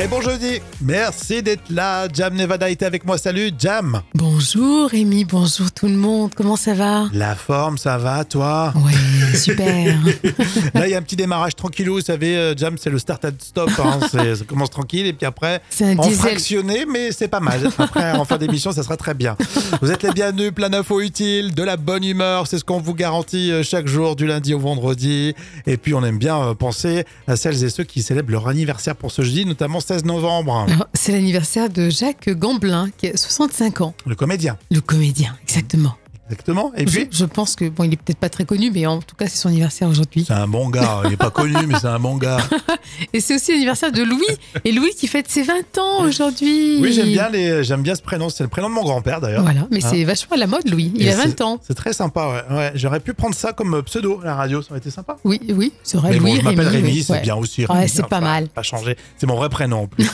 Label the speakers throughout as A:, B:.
A: Et bon jeudi Merci d'être là. Jam Nevada était avec moi. Salut Jam
B: Bonjour Rémi, bonjour tout le monde, comment ça va
A: La forme, ça va toi
B: Ouais, super.
A: Là, il y a un petit démarrage tranquillou. Vous savez, euh, Jam, c'est le start and stop. hein. C'est- ça commence tranquille et puis après,
B: C'est un
A: en
B: diesel.
A: fractionné, mais c'est pas mal. Après, en fin d'émission, ça sera très bien. Vous êtes les bienvenus, plein d'infos utiles, de la bonne humeur. C'est ce qu'on vous garantit euh, chaque jour, du lundi au vendredi. Et puis, on aime bien euh, penser à celles et ceux qui célèbrent leur anniversaire pour ce jeudi, notamment 16 novembre.
B: Alors, Oh, C'est l'anniversaire de Jacques Gamblin, qui a 65 ans,
A: Le comédien,
B: le comédien, exactement.
A: exactement. Et puis.
B: je, je pense que, bon, il est peut-être pas très connu, mais en tout cas, c'est son anniversaire aujourd'hui.
A: C'est un bon gars, il n'est pas connu, mais c'est un bon gars.
B: Et c'est aussi l'anniversaire de Louis, et Louis qui fête ses 20 ans aujourd'hui.
A: Oui, j'aime bien, les- j'aime bien ce prénom, c'est le prénom de mon grand-père d'ailleurs.
B: Voilà, mais
A: Hein.
B: c'est vachement à la mode, Louis. Il
A: Et
B: a
A: c'est-
B: 20 ans.
A: C'est très sympa, ouais. Ouais, J'aurais pu prendre ça comme euh, pseudo à la radio, ça aurait été sympa.
B: Oui, oui, c'est vrai,
A: Mais
B: Louis.
A: bon, je m'appelle Rémi,
B: oui,
A: c'est
B: ouais.
A: bien aussi.
B: Ouais,
A: Rémi,
B: c'est
A: hein,
B: pas mal.
A: Pas changé. C'est mon vrai prénom en plus.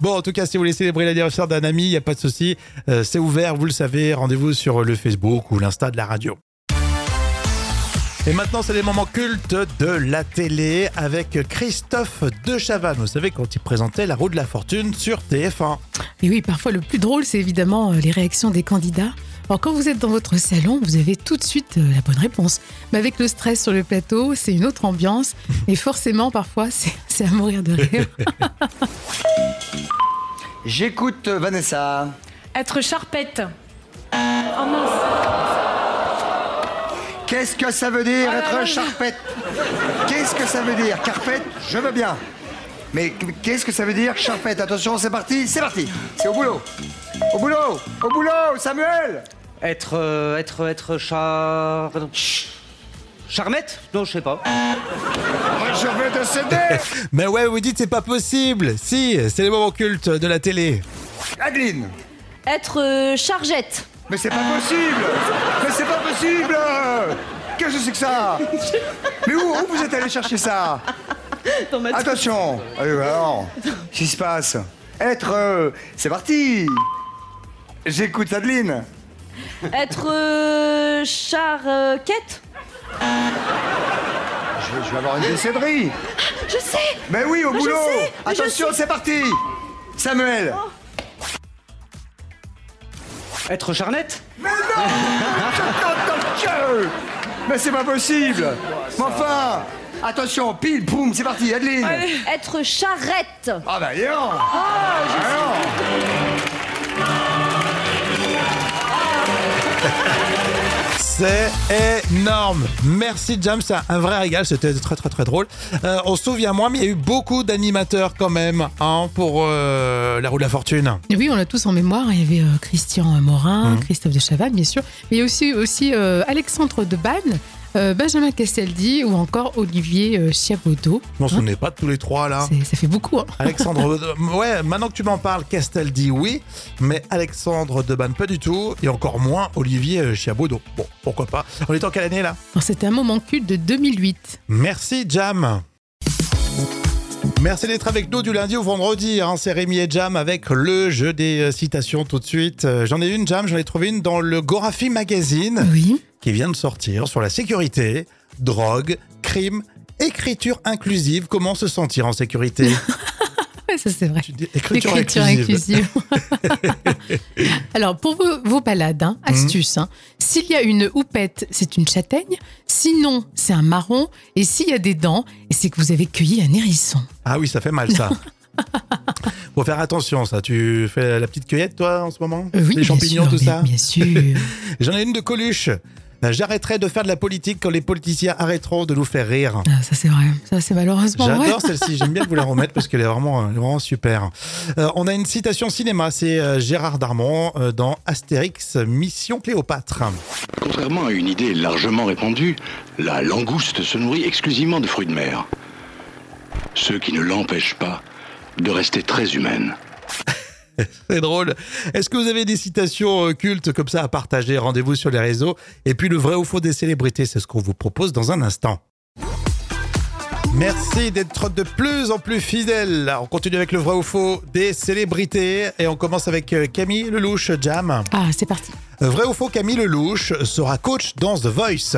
A: bon, en tout cas, si vous voulez célébrer l'anniversaire d'un ami, il n'y a pas de souci. Euh, c'est ouvert, vous le savez. Rendez-vous sur le Facebook ou l'Insta de la radio. Et maintenant, c'est les moments cultes de la télé avec Christophe De Chavannes. Vous savez, quand il présentait La roue de la fortune sur TF1.
B: Et oui, parfois le plus drôle, c'est évidemment euh, les réactions des candidats. Alors quand vous êtes dans votre salon, vous avez tout de suite euh, la bonne réponse. Mais avec le stress sur le plateau, c'est une autre ambiance. Et forcément, parfois, c'est c'est à mourir de rire.
C: J'écoute euh, Vanessa.
D: Être charpette. Oh mince.
C: Qu'est-ce que ça veut dire
D: Ah là là là.
C: être charpette Qu'est-ce que ça veut dire Carpette, je veux bien. Mais qu'est-ce que ça veut dire charpette Attention, c'est parti, c'est parti. C'est au boulot. Au boulot, au boulot, Samuel
E: Être. euh, être. être char. Charmette Non, je sais pas.
C: Moi, je veux te céder
A: Mais ouais, vous dites, c'est pas possible. Si, c'est les moments cultes de la télé.
C: Adeline
D: Être euh, chargette.
C: Mais c'est pas possible Mais c'est pas possible Qu'est-ce que c'est que ça Mais où, où vous êtes allé chercher ça Attention Allez, alors, qu'est-ce qui se passe Être... euh, c'est parti J'écoute Adeline
D: Être euh, charquette.
C: Je vais, je vais avoir une décéderie
D: Je sais.
C: Mais oui, au
D: Mais je
C: boulot
D: sais, Oh. mais je
C: Attention, c'est parti Samuel
E: Être charnette
C: Mais non Je t'entends que Mais c'est pas possible Mais enfin Attention, pile, boum, c'est parti, Adeline
D: Être charrette.
C: Ah bah non
D: Ah,
A: C'est énorme. Merci Jam, c'est un vrai régal, c'était très très très drôle. Euh, on se souvient moins, mais il y a eu beaucoup d'animateurs quand même hein, pour euh, la roue de la fortune.
B: Et oui, on l'a tous en mémoire. Il y avait euh, Christian euh, Morin, Christophe de Chavannes, bien sûr. Mais il y a aussi, aussi euh, Alexandre Debanne, euh, Benjamin Castaldi ou encore Olivier euh, Chiabodo.
A: Je m'en souvenais pas de tous les trois là.
B: C'est- Ça fait beaucoup. hein.
A: Alexandre, euh, ouais, maintenant que tu m'en parles, Castel dit oui, mais Alexandre Deban pas du tout, et encore moins Olivier euh, Chiabodo. Bon, pourquoi pas. On est en quelle année là
B: Alors, C'était un moment culte de 2008.
A: Merci Jam. Merci d'être avec nous du lundi au vendredi. hein. C'est Rémi et Jam avec le jeu des euh, citations tout de suite. Euh, J'en ai une, Jam, j'en ai trouvé une dans le Gorafi Magazine
B: Oui.
A: qui vient de sortir sur la sécurité, drogue, crime, écriture inclusive. Comment se sentir en sécurité
B: Ouais, ça c'est vrai.
A: Tu dis écriture,
B: L'écriture inclusive. Alors, pour vos, vos balades, hein, astuce, hein, s'il y a une houppette, c'est une châtaigne. Sinon, c'est un marron. Et s'il y a des dents, et c'est que vous avez cueilli un hérisson.
A: Ah oui, ça fait mal ça. Faut faire attention, ça. Tu fais la petite cueillette, toi, en ce moment
B: Euh, oui,
A: Les
B: bien
A: champignons,
B: sûr,
A: tout
B: bien-
A: ça
B: Bien sûr.
A: J'en ai une de Coluche. Euh, J'arrêterai de faire de la politique quand les politiciens arrêteront de nous faire rire.
B: Ah, ça c'est vrai. Ça c'est malheureusement vrai.
A: J'adore celle-ci, j'aime bien vous la remettre parce qu'elle est vraiment, euh, vraiment super. Euh, on a une citation cinéma, c'est euh, Gérard Darmon euh, dans Astérix Mission Cléopâtre.
F: Contrairement à une idée largement répandue, la langouste se nourrit exclusivement de fruits de mer. Ce qui ne l'empêche pas de rester très humaine.
A: C'est drôle. Est-ce que vous avez des citations euh, cultes comme ça à partager Rendez-vous sur les réseaux. Et puis le vrai ou faux des célébrités, c'est ce qu'on vous propose dans un instant. Merci d'être de plus en plus fidèle. On continue avec le vrai ou faux des célébrités et on commence avec euh, Camille Lelouch Jam. Euh,
B: Ah, c'est parti.
A: Vrai ou faux, Camille Lelouch sera coach dans The Voice.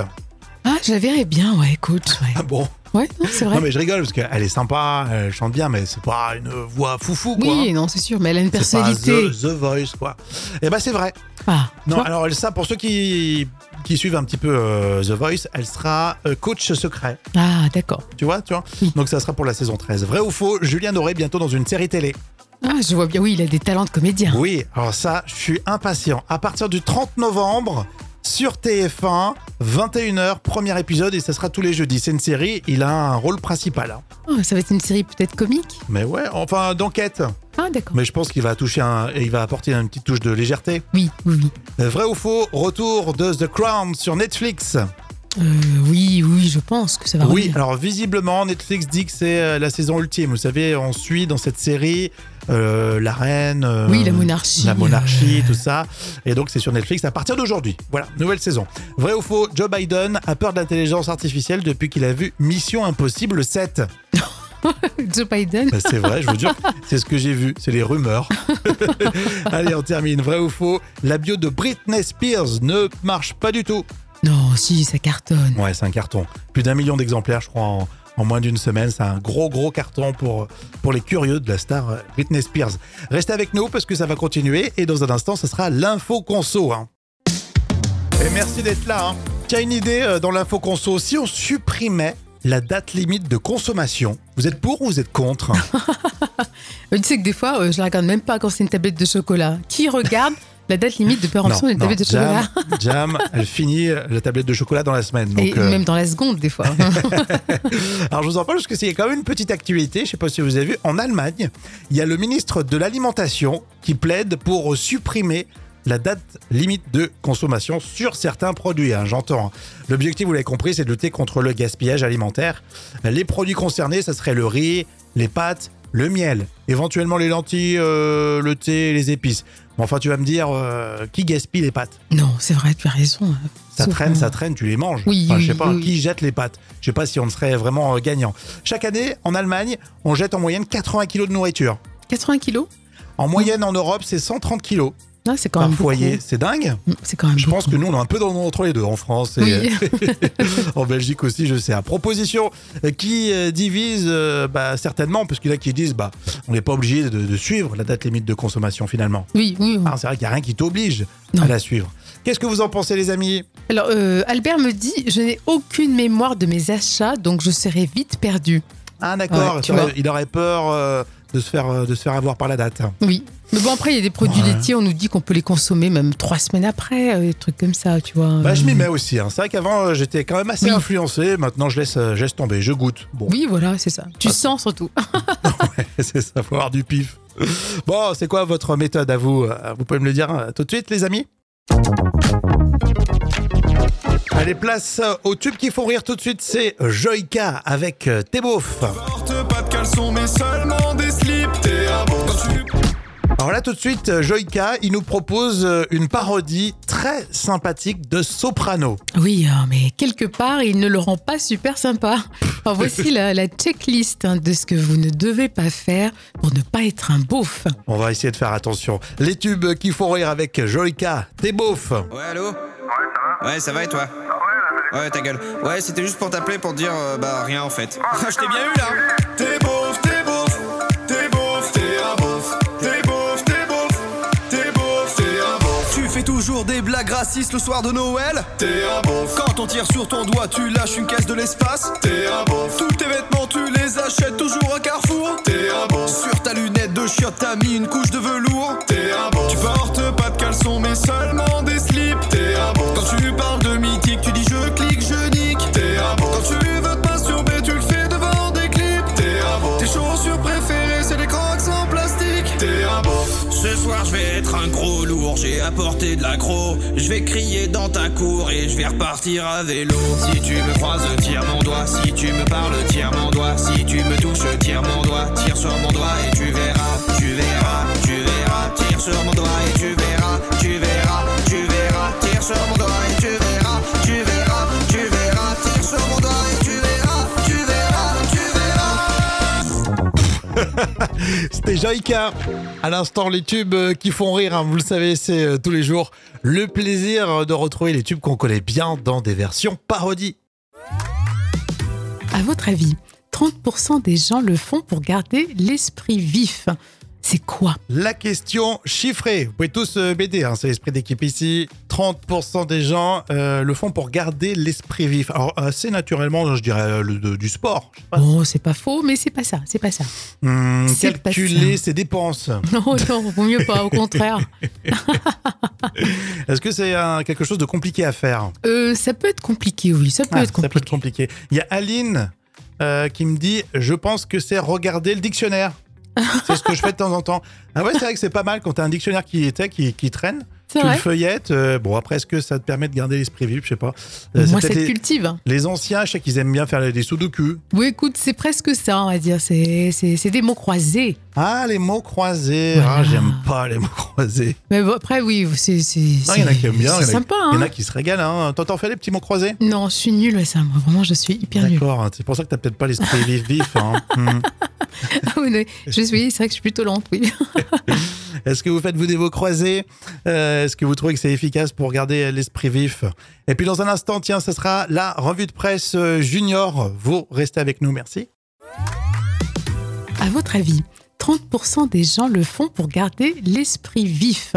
B: Ah, je la verrais bien, ouais, écoute. ouais.
A: Ah bon
B: Ouais, non, c'est vrai.
A: Non, mais je rigole parce qu'elle est sympa, elle chante bien, mais c'est pas une voix foufou, quoi. hein.
B: Oui, non, c'est sûr, mais elle a une
A: C'est pas
B: personnalité.
A: the, The Voice, quoi. Et ben, c'est vrai.
B: Ah, tu
A: Non,
B: vois
A: alors, ça, pour ceux qui, qui suivent un petit peu euh, The Voice, elle sera euh, coach secret.
B: Ah, d'accord.
A: Tu vois, tu vois
B: Oui.
A: Donc, ça sera pour la saison 13. Vrai ou faux, Julien Doré bientôt dans une série télé.
B: Ah, je vois bien. Oui, il a des talents de comédien.
A: Oui, alors ça, je suis impatient. À partir du 30 novembre, sur TF1, 21h, premier épisode, et ça sera tous les jeudis. C'est une série, il a un rôle principal. hein.
B: Ah, ça va être une série peut-être comique.
A: Mais ouais, enfin, d'enquête.
B: Ah, d'accord.
A: Mais je pense qu'il va toucher un, et il va apporter une petite touche de légèreté.
B: Oui, oui, oui.
A: Euh, Vrai ou faux, retour de The Crown sur Netflix.
B: Euh, oui, oui, je pense que ça va
A: oui,
B: revenir.
A: alors visiblement, Netflix dit que c'est euh, la saison ultime. Vous savez, on suit dans cette série euh, la reine. euh,
B: Oui, la monarchie. euh.
A: La monarchie, tout ça. Et donc, c'est sur Netflix à partir d'aujourd'hui. Voilà, nouvelle saison. Vrai ou faux, Joe Biden a peur de l'intelligence artificielle depuis qu'il a vu Mission Impossible 7.
B: Joe Biden.
A: Bah, c'est vrai, je vous jure, c'est ce que j'ai vu, c'est les rumeurs. Allez, on termine. Vrai ou faux, la bio de Britney Spears ne marche pas du tout.
B: Non, si, ça cartonne.
A: Ouais, c'est un carton. Plus d'un million d'exemplaires, je crois, en, en moins d'une semaine. C'est un gros, gros carton pour, pour les curieux de la star euh, Britney Spears. Restez avec nous parce que ça va continuer et dans un instant, ce sera l'info conso. hein. Et merci d'être là. hein. Tu as une idée euh, dans l'info conso Si on supprimait la date limite de consommation, vous êtes pour ou vous êtes contre
B: Euh, Tu sais que des fois, euh, je la regarde même pas quand c'est une tablette de chocolat. Qui regarde la date limite de péremption d'une tablette de
A: Jam,
B: chocolat
A: Jam, elle finit euh, la tablette de chocolat dans la semaine. Donc,
B: Et
A: euh,
B: même dans la seconde, des fois.
A: Alors je vous en parle parce que c'est quand même une petite actualité, je sais pas si vous avez vu, en Allemagne, il y a le ministre de l'Alimentation qui plaide pour supprimer la date limite de consommation sur certains produits, hein, j'entends. L'objectif, vous l'avez compris, c'est de lutter contre le gaspillage alimentaire. Les produits concernés, ça serait le riz, les pâtes, le miel, éventuellement les lentilles, euh, le thé, les épices. Bon, enfin, tu vas me dire, euh, qui gaspille les pâtes
B: non, c'est vrai, tu as raison.
A: ça
B: Sauf
A: traîne,
B: que-
A: ça traîne, tu les manges.
B: Oui,
A: Enfin, je sais
B: oui,
A: pas
B: oui.
A: qui jette les pâtes. Je sais pas si on serait vraiment euh, gagnant. Chaque année, en Allemagne, on jette en moyenne 80 kilos de nourriture.
B: 80 kilos
A: En moyenne, en Europe, c'est 130 kilos
B: Non, c'est quand
A: par
B: même beaucoup.
A: foyer. C'est dingue.
B: Mm, C'est quand même
A: Je pense
B: beaucoup.
A: que nous, on est un peu dans le entre les deux en France et euh,
B: Oui.
A: en Belgique aussi, je sais. À proposition euh, qui euh, divise euh, bah, certainement, parce qu'il y en a qui disent bah, on n'est pas obligé de- de suivre la date limite de consommation finalement.
B: Oui, oui. oui.
A: Ah, c'est vrai qu'il n'y a rien qui t'oblige
B: Mm. Non.
A: à la suivre. Qu'est-ce que vous en pensez, les amis
B: Alors, euh, Albert me dit Je n'ai aucune mémoire de mes achats, donc je serai vite perdu.
A: Ah d'accord,
B: Ouais, tu
A: il aurait-
B: vois.
A: il aurait peur euh, de, se faire, euh, de se faire avoir par la date.
B: Oui. Mais bon, après, il y a des produits
A: Ouais.
B: laitiers, on nous dit qu'on peut les consommer même trois semaines après, euh, des trucs comme ça, tu vois. euh,
A: Bah, je m'y mets aussi, hein. c'est vrai qu'avant euh, j'étais quand même assez
B: Mhm. Oui.
A: influencé, maintenant je laisse, euh, je laisse tomber, je goûte. Bon,
B: Oui, voilà, c'est ça. Tu sens surtout.
A: c'est ça, faut avoir du pif. Bon, c'est quoi votre méthode à vous Euh, Vous pouvez me le dire euh, tout de suite les amis Allez, place euh, aux tubes qui font rire tout de suite, c'est Joyka avec euh, T'es beauf.
G: Porte pas de caleçon mais seulement des slips T'es un bon dessus
A: Alors là tout de suite, euh, Joyka, il nous propose euh, une parodie très sympathique de Soprano.
B: Oui, hein, mais quelque part, il ne le rend pas super sympa. Alors, voici la, la checklist hein, de ce que vous ne devez pas faire pour ne pas être un beauf.
A: On va essayer de faire attention. Les tubes qui font rire avec Joyka, t'es beauf.
G: Ouais allô Ouais ça va Ouais ça va et toi Ouais ta gueule Ouais c'était juste pour t'appeler pour te dire euh, bah rien en fait Je t'ai bien eu là T'es beauf t'es beauf T'es beauf t'es un beauf T'es beauf t'es beauf T'es beauf t'es un beauf Tu fais toujours des blagues racistes le soir de Noël T'es un beauf Quand on tire sur ton doigt tu lâches une caisse de l'espace T'es un beauf Tous tes vêtements tu les achètes toujours à Carrefour T'es un beauf Sur ta lunette de chiotte t'as mis une couche de velours T'es un beauf Tu portes pas de caleçon mais seulement des slips T'es un beauf Quand tu parles de mythique tu dis je clique je nique T'es un beauf Quand tu veux te masturber tu le fais devant des clips T'es un beauf Tes chaussures préférées c'est des crocs en plastique T'es un beauf
H: Ce soir je vais être un gros lourd, j'ai apporté de l'accro, je vais crier dans ta cour et je vais repartir à vélo. Si tu me croises, tire mon doigt, si tu me parles, tire mon doigt, si tu me touches, tire mon doigt, tire sur mon doigt et tu verras, tu verras, tu verras, tire sur mon doigt et tu verras, tu verras, tu verras, tire sur mon doigt et tu verras, tu verras, tu verras, tire sur mon doigt et tu verras, tu verras, tu verras.
A: C'était Joyka. À l'instant, les tubes euh, qui font rire, hein, vous le savez, c'est euh, tous les jours le plaisir euh, de retrouver les tubes qu'on connaît bien dans des versions parodies.
B: Ah à votre avis, 30% des gens le font pour garder l'esprit vif. C'est quoi
A: La question chiffrée. Vous pouvez tous euh, m'aider, hein, c'est l'esprit d'équipe ici. 30% des gens euh, le font pour garder l'esprit vif. Alors, assez naturellement, je dirais euh, le- de- du sport. Je sais pas.
B: Bon, c'est pas faux, mais c'est pas ça, c'est pas ça.
A: Hum,
B: C'est pas
A: calculer ses dépenses.
B: Non, non, vaut mieux pas, au contraire.
A: Est-ce que c'est un- quelque chose de compliqué à faire
B: Euh, ça peut être compliqué, oui, ça peut
A: Ah,
B: être
A: Ça peut
B: compliqué.
A: être compliqué. Il y a Aline euh, qui me dit Je pense que c'est regarder le dictionnaire. c'est ce que je fais de temps en temps. Ah ouais, c'est vrai que c'est pas mal quand t'as un dictionnaire qui était, qui, qui traîne.
B: C'est
A: tu le
B: vrai
A: feuillettes. euh, bon, après, est-ce que ça te permet de garder l'esprit vif Je sais pas. Euh, c'est
B: Moi, ça
A: peut-être
B: te
A: les-
B: cultive. hein.
A: Les anciens, je sais qu'ils aiment bien faire les- des sudoku.
B: Oui, écoute, c'est presque ça, on va dire. C'est c'est- c'est des mots croisés.
A: Ah, les mots croisés. Ah,
B: Voilà.
A: j'aime pas les mots croisés.
B: Mais bon, après, oui, c'est c'est-
A: Non, il y en a qui aiment bien.
B: c'est
A: il y en a-
B: sympa.
A: Il y en
B: hein.
A: a qui se régalent. Hein. T'entends faire les petits mots croisés
B: Non, je suis nulle à ça, moi. Vraiment, je suis hyper nulle.
A: D'accord, hein, c'est pour ça que t'as peut-être pas l'esprit vif vif. hein. Hmm.
B: Ah oui, oui, je suis, c'est vrai que je suis plutôt lente, oui.
A: Est-ce que vous faites vous des mots croisés Euh, Est-ce que vous trouvez que c'est efficace pour garder euh, l'esprit vif Et puis dans un instant, tiens, ce sera la revue de presse euh, junior. Vous restez avec nous, merci.
B: À votre avis, 30% des gens le font pour garder l'esprit vif.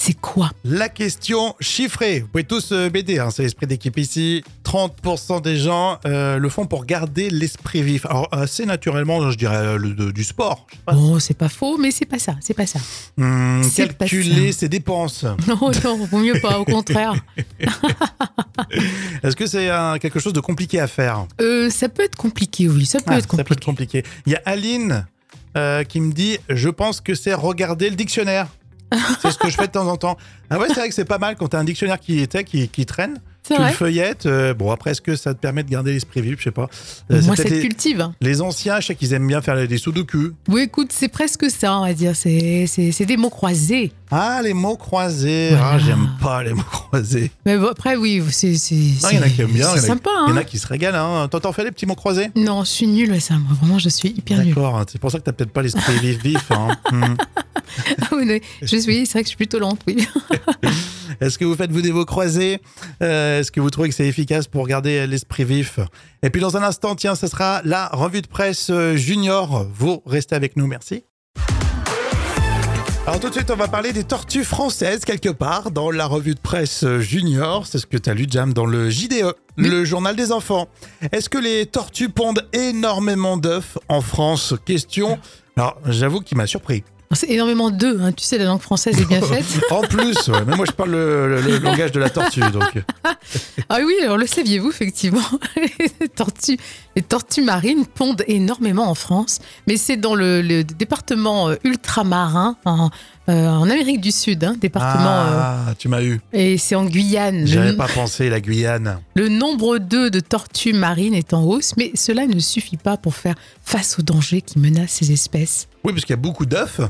B: C'est quoi
A: La question chiffrée. Vous pouvez tous euh, m'aider, hein, c'est l'esprit d'équipe ici. 30% des gens euh, le font pour garder l'esprit vif. Alors, assez naturellement, je dirais euh, le- de- du sport. Je sais pas.
B: Bon, Oh, c'est pas faux, mais c'est pas ça, c'est pas ça.
A: Hum,
B: C'est pas
A: calculer ses dépenses.
B: Non, non, vaut mieux pas, au contraire.
A: Est-ce que c'est un- quelque chose de compliqué à faire
B: Euh, ça peut être compliqué, oui, ça peut
A: Ah,
B: être
A: Ça
B: compliqué.
A: peut être compliqué. Il y a Aline euh, qui me dit Je pense que c'est regarder le dictionnaire. c'est ce que je fais de temps en temps. Ah ouais, c'est vrai que c'est pas mal quand t'as un dictionnaire qui était, qui, qui traîne.
B: C'est
A: tu le
B: vrai
A: feuillettes. euh, bon, après, est-ce que ça te permet de garder l'esprit vif Je sais pas. Euh, c'est
B: Moi, ça
A: peut-être
B: te
A: les-
B: cultive. hein.
A: Les anciens, je sais qu'ils aiment bien faire des sudoku.
B: Oui, écoute, c'est presque ça, on va dire. C'est c'est- c'est des mots croisés.
A: Ah, les mots croisés. Ah,
B: Voilà.
A: j'aime pas les mots croisés.
B: Mais bon, après, oui, c'est c'est-
A: Non, il y en a qui aiment bien.
B: c'est
A: il y en a-
B: sympa.
A: Il y en
B: hein.
A: a qui se régalent. Hein. T'entends faire les petits mots croisés
B: Non, je suis nulle à ça, moi. Vraiment, je suis hyper nulle.
A: D'accord, hein, c'est pour ça que t'as peut-être pas l'esprit vif vif. hein. Hmm.
B: Ah oui, oui, je suis, c'est vrai que je suis plutôt lente, oui.
A: Est-ce que vous faites vous des mots croisés Euh, Est-ce que vous trouvez que c'est efficace pour garder euh, l'esprit vif Et puis dans un instant, tiens, ce sera la revue de presse euh, junior. Vous restez avec nous, merci. Alors tout de suite, on va parler des tortues françaises quelque part dans la revue de presse euh, junior. C'est ce que tu as lu, Jam, dans le JDE, le journal des enfants. Est-ce que les tortues pondent énormément d'œufs en France Question. Alors j'avoue qu'il m'a surpris.
B: C'est énormément deux, hein. tu sais, la langue française est bien faite.
A: En plus, ouais, mais moi je parle le, le- le langage de la tortue, donc. euh,
B: Ah oui, alors le saviez-vous, effectivement les tortues, les tortues marines pondent énormément en France, mais c'est dans le, le département euh, ultramarin, en, euh, en Amérique du Sud, hein, département,
A: Ah, tu m'as eu.
B: euh, et c'est en Guyane.
A: J'avais
B: Le,
A: pas pensé la Guyane.
B: le nombre d'œufs de tortues marines est en hausse, mais cela ne suffit pas pour faire face aux dangers qui menacent ces espèces.
A: Oui, parce qu'il y a beaucoup d'œufs.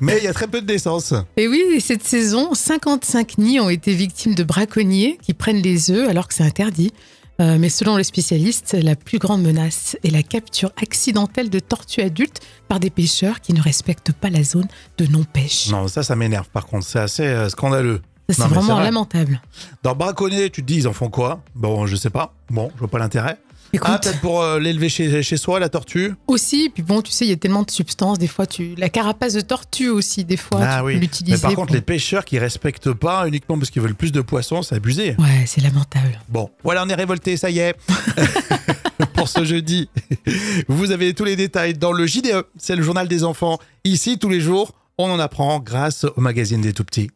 A: Mais il y a très peu de naissances.
B: Et oui, et cette saison, 55 nids ont été victimes de braconniers qui prennent les œufs alors que c'est interdit. Euh, mais selon le spécialiste, la plus grande menace est la capture accidentelle de tortues adultes par des pêcheurs qui ne respectent pas la zone de non-pêche.
A: Non, ça, ça m'énerve par contre. C'est assez euh, scandaleux.
B: Ça,
A: non,
B: c'est
A: mais c'est
B: vraiment
A: vrai.
B: lamentable.
A: Dans braconner, tu te dis, ils en font quoi Bon, je sais pas. Bon, je vois pas l'intérêt.
B: Écoute,
A: Ah, peut-être pour euh, l'élever chez, chez soi, la tortue
B: aussi, puis bon, tu sais, il y a tellement de substances. Des fois, tu la carapace de tortue aussi, des fois, tu peux l'utiliser.
A: Ah Mais par contre,
B: pour-
A: les pêcheurs qui respectent pas uniquement parce qu'ils veulent plus de poissons, c'est abusé. hein.
B: Ouais, c'est lamentable.
A: Bon, voilà, on est révolté, ça y est. Pour ce jeudi, vous avez tous les détails dans le JDE, c'est le journal des enfants. Ici, tous les jours, on en apprend grâce au magazine des tout petits.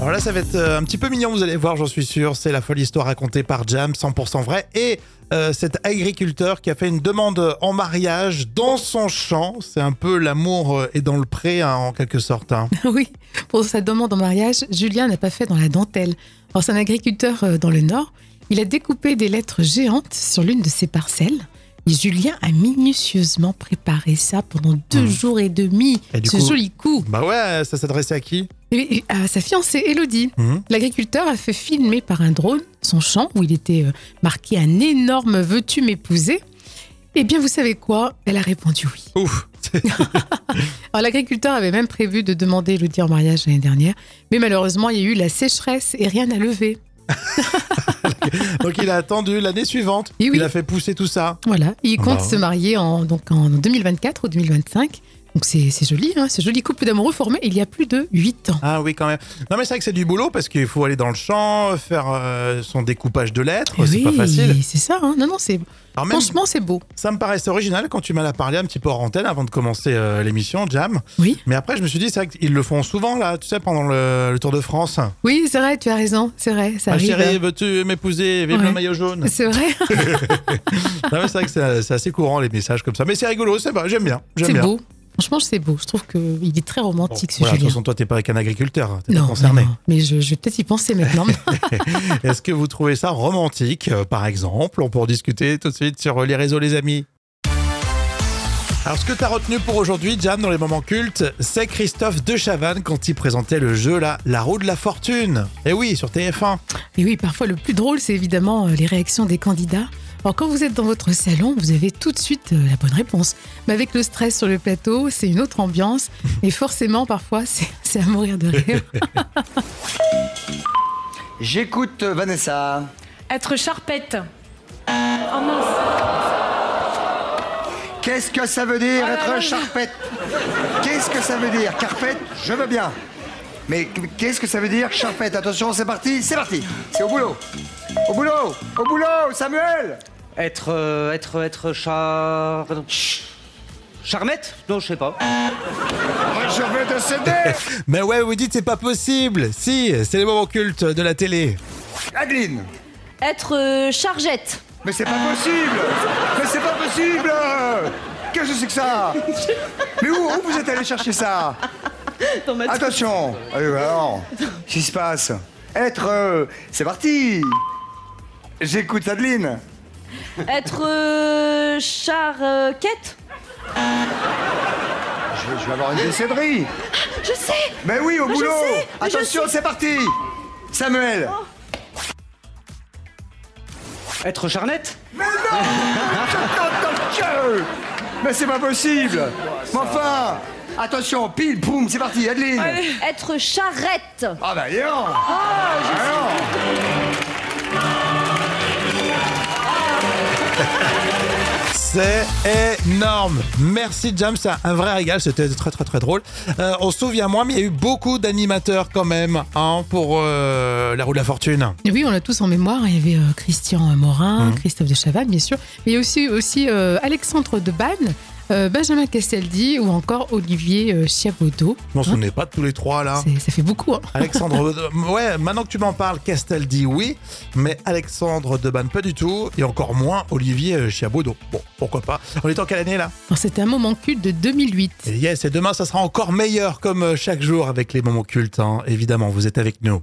A: Alors là, ça va être euh, un petit peu mignon, vous allez voir, j'en suis sûr. C'est la folle histoire racontée par Jam, 100% vrai. Et euh, cet agriculteur qui a fait une demande en mariage dans son champ. C'est un peu l'amour euh, est dans le pré, hein, en quelque sorte. hein.
B: Oui, pour sa demande en mariage, Julien n'a pas fait dans la dentelle. Alors, c'est un agriculteur euh, dans le Nord. Il a découpé des lettres géantes sur l'une de ses parcelles. Et Julien a minutieusement préparé ça pendant deux
A: Mhm.
B: jours et demi.
A: Et du
B: Ce
A: coup-
B: joli coup.
A: Bah ouais, ça s'adressait à qui
B: Et- et à sa fiancée, Elodie.
A: Mhm.
B: L'agriculteur a fait filmer par un drone son champ où il était euh, marqué un énorme Veux-tu m'épouser Eh bien, vous savez quoi Elle a répondu oui.
A: Ouf
B: Alors, l'agriculteur avait même prévu de demander Elodie en mariage l'année dernière, mais malheureusement, il y a eu la sécheresse et rien n'a levé.
A: Donc il a attendu l'année suivante.
B: Et oui.
A: Il a fait pousser tout ça.
B: Voilà, il
A: Ah
B: compte
A: bah.
B: se marier en, donc en 2024 ou 2025. Donc c'est c'est joli, hein, ce joli couple d'amoureux formé il y a plus de 8 ans.
A: Ah oui, quand même. Non, mais c'est vrai que c'est du boulot parce qu'il faut aller dans le champ, faire euh, son découpage de lettres. Oh, c'est
B: Eh Oui,
A: pas facile.
B: C'est ça, hein. non, non, c'est
A: Alors même,
B: franchement c'est beau.
A: ça me paraissait original quand tu m'en as parlé un petit peu hors antenne avant de commencer euh, l'émission, Jam.
B: Oui,
A: Mais après, je me suis dit, c'est vrai qu'ils le font souvent, là, tu sais, pendant le, le Tour de France.
B: oui, c'est vrai, tu as raison, c'est vrai, ça
A: Ma
B: arrive.
A: Ah, chérie, veux-tu m'épouser Vive le
B: hein. Ouais.
A: maillot jaune.
B: C'est vrai,
A: Non, mais c'est vrai que c'est c'est assez courant, les messages comme ça. Mais c'est rigolo, c'est vrai, j'aime bien. J'aime
B: c'est
A: bien.
B: beau. Franchement, c'est beau. Je trouve qu'il est très
A: Bon,
B: romantique ce
A: voilà, de toute
B: Julien.
A: façon, toi, t'es pas qu'un agriculteur, hein, t'es pas
B: non,
A: concerné.
B: non, mais je, je vais peut-être y penser maintenant.
A: Est-ce que vous trouvez ça romantique, euh, par exemple On peut en discuter tout de suite sur euh, les réseaux, les amis. Alors, ce que t'as retenu pour aujourd'hui, Jam, dans les moments cultes, c'est Christophe de Chavannes quand il présentait le jeu, là, La roue de la fortune. Et oui, sur TF1.
B: Et oui, parfois le plus drôle, c'est évidemment euh, les réactions des candidats. Alors quand vous êtes dans votre salon, vous avez tout de suite euh, la bonne réponse. Mais avec le stress sur le plateau, c'est une autre ambiance. Et forcément, parfois, c'est c'est à mourir de rire.
C: J'écoute euh, Vanessa.
I: Être charpette. Oh mince.
C: Qu'est-ce que ça veut dire être charpette Qu'est-ce que ça veut dire Carpette, je veux bien. Mais qu'est-ce que ça veut dire charpette Attention, c'est parti, c'est parti. C'est au boulot. Au boulot, au boulot, Samuel
E: Être. euh, être. être. char. pardon. Charmette Non, je sais pas.
C: Je veux te céder
A: Mais ouais, vous dites, c'est pas possible. Si, c'est les moments cultes de la télé.
C: Adeline
D: Être euh, chargette.
C: Mais c'est pas possible Mais c'est pas possible Qu'est-ce que c'est que ça Mais où, où vous êtes allé chercher ça Attention Ah oui, bah Alors, qu'est-ce qui se passe Être... euh, c'est parti J'écoute Adeline
D: Être euh, charquette.
C: Je vais, je vais avoir une décéderie
D: Je sais.
C: Mais oui, au
D: Mais je
C: boulot
D: sais, Oh. mais je
C: Attention, c'est parti Samuel
E: Être charnette
C: Mais non Mais dans le cœur Mais c'est pas possible Mais enfin Attention, pile, boum, c'est parti, Adeline
D: Être charrette.
C: Ah bah non
A: C'est énorme. Merci James, c'est un vrai régal, c'était très très très drôle. Euh, on se souvient moins, mais il y a eu beaucoup d'animateurs quand même hein, pour euh, la roue de la fortune.
B: Et oui, on l'a tous en mémoire. Il y avait euh, Christian Morin, Christophe de Chavannes, bien sûr. Mais il y a aussi, aussi euh, Alexandre Debanne, euh, Benjamin Castaldi ou encore Olivier euh, Chiabodeau.
A: Je m'en
B: Hein,
A: souvenais pas de tous les trois là.
B: c'est- ça fait beaucoup. hein.
A: Alexandre, euh, ouais, maintenant que tu m'en parles, Castel dit oui, mais Alexandre Deban pas du tout, et encore moins Olivier euh, Chiabodo. Bon, pourquoi pas. On est en quelle année là
B: Alors, C'était un moment culte de 2008.
A: Et Yes, et demain ça sera encore meilleur comme euh, chaque jour avec les moments cultes, hein. évidemment, vous êtes avec nous.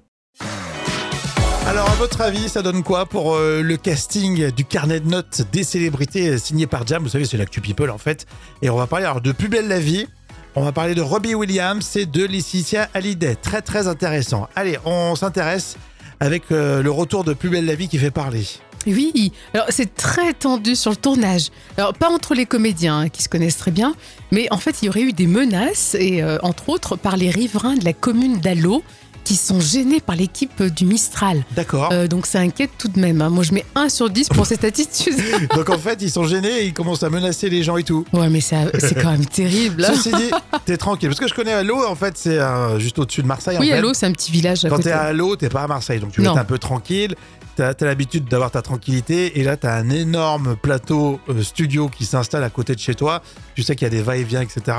A: Alors, à votre avis, ça donne quoi pour euh, le casting du carnet de notes des célébrités euh, signé par Jam Vous savez, c'est l'actu people en fait. Et on va parler alors de Plus belle la vie. On va parler de Robbie Williams et de Laetitia Hallyday. Très très intéressant. Allez, on s'intéresse avec euh, le retour de Plus belle la vie qui fait parler.
B: Oui, alors c'est très tendu sur le tournage. Alors pas entre les comédiens hein, qui se connaissent très bien, mais en fait il y aurait eu des menaces, et euh, entre autres par les riverains de la commune d'Allo, qui sont gênés par l'équipe euh, du Mistral.
A: D'accord.
B: Euh, donc ça inquiète tout de même. hein. Moi je mets 1 sur 10 pour cette attitude.
A: Donc en fait, ils sont gênés et ils commencent à menacer les gens et tout.
B: Ouais mais ça c'est quand même terrible. hein.
A: Ceci dit, t'es tranquille. Parce que je connais Allo, en fait, c'est euh, juste au-dessus de Marseille. en
B: Oui
A: fait.
B: Allo c'est un petit village à
A: Quand
B: côté.
A: t'es à Allo, t'es pas à Marseille. Donc tu vas
B: Non.
A: être un peu tranquille. T'as as, l'habitude d'avoir ta tranquillité. Et là, t'as un énorme plateau euh, studio qui s'installe à côté de chez toi. Tu sais qu'il y a des va-et-vient, etc.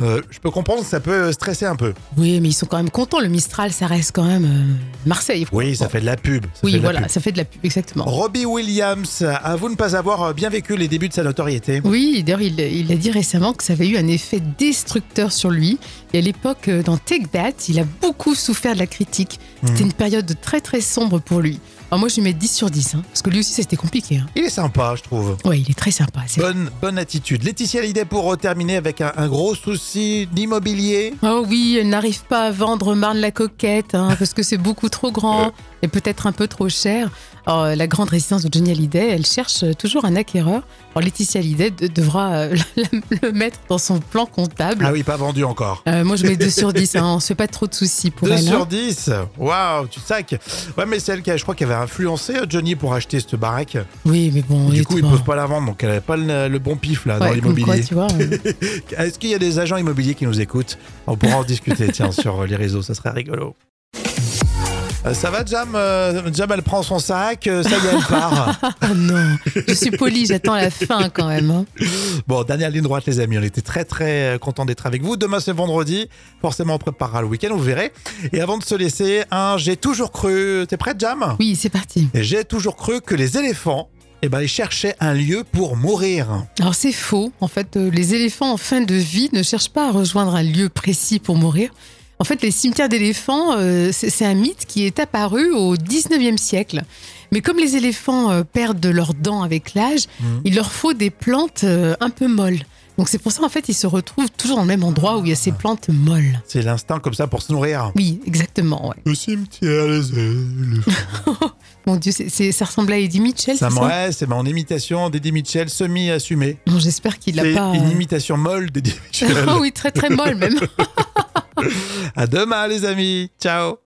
A: Euh, je peux comprendre que ça peut stresser un peu.
B: Oui mais ils sont quand même contents. Le Mistral ça reste quand même euh, Marseille.
A: Oui, ça
B: Bon.
A: fait de la pub. ça fait
B: Oui
A: de la
B: voilà
A: pub.
B: ça fait de la pub exactement.
A: Robbie Williams, à vous ne pas avoir euh, bien vécu les débuts de sa notoriété.
B: Oui, d'ailleurs, il, il a dit récemment que ça avait eu un effet destructeur sur lui. Et à l'époque, euh, dans Take That, il a beaucoup souffert de la critique. C'était une période très très sombre pour lui. Alors moi, je lui mets 10 sur 10, hein, parce que lui aussi, c'était compliqué. hein.
A: Il est sympa, je trouve.
B: Ouais, il est très sympa. c'est vrai.
A: Bonne, bonne attitude. Laetitia Hallyday pour euh, terminer avec un, un gros souci d'immobilier.
B: Oh oui, elle n'arrive pas à vendre Marne la Coquette, hein, parce que c'est beaucoup trop grand et peut-être un peu trop cher. Alors, la grande résidence de Johnny Hallyday, elle cherche euh, toujours un acquéreur. Alors, Laetitia Hallyday de- devra euh, la- la- le mettre dans son plan comptable.
A: Ah oui, pas vendu encore.
B: Euh, moi, je mets 2 sur 10. hein, on ne se fait pas trop de soucis pour
A: 2
B: elle. hein.
A: sur 10 Waouh, tu sacs Ouais, mais c'est elle qui, a- je crois, qui avait influencé euh, Johnny pour acheter cette baraque.
B: Oui, mais bon.
A: Du coup, ils
B: honnêtement.
A: peuvent pas la vendre, donc elle n'avait pas le, le bon pif là dans
B: Ouais, comme quoi,
A: l'immobilier.
B: tu vois, euh,
A: Est-ce qu'il y a des agents immobiliers qui nous écoutent On pourra en discuter, tiens, sur les réseaux, ça serait rigolo. Euh, Ça va, Jam Euh, Jam, elle prend son sac, euh, ça y est, elle part.
B: ah non, je suis polie, j'attends la fin quand même. hein.
A: Bon, dernière ligne droite, les amis. On était très, très euh, contents d'être avec vous. Demain, c'est vendredi. Forcément, on préparera le week-end, vous verrez. Et avant de se laisser, un J'ai toujours cru. T'es prête, Jam
B: Oui, c'est parti.
A: Et J'ai toujours cru que les éléphants, eh ben, ils cherchaient un lieu pour mourir.
B: Alors, c'est faux. En fait, euh, les éléphants en fin de vie ne cherchent pas à rejoindre un lieu précis pour mourir. En fait, les cimetières d'éléphants, euh, c'est c'est un mythe qui est apparu au 19e siècle. Mais comme les éléphants euh, perdent leurs dents avec l'âge,
A: Mhm.
B: il leur faut des plantes euh, un peu molles. Donc, c'est pour ça, en fait, ils se retrouvent toujours dans le même endroit où il y a
A: Ah.
B: ces plantes molles.
A: C'est l'instinct comme ça pour se nourrir.
B: Oui, exactement. ouais.
A: Le cimetière, les éléphants.
B: Mon Dieu, c'est- c'est- ça ressemble à Eddie Mitchell,
A: Ça
B: c'est
A: me-
B: ça
A: ouais, c'est mon imitation d'Eddie Mitchell semi-assumée.
B: Bon, j'espère qu'il
A: C'est
B: n'a pas. hein. euh,
A: une imitation molle d'Eddie Mitchell.
B: Ah oui, très très molle même.
A: à demain, les amis. Ciao.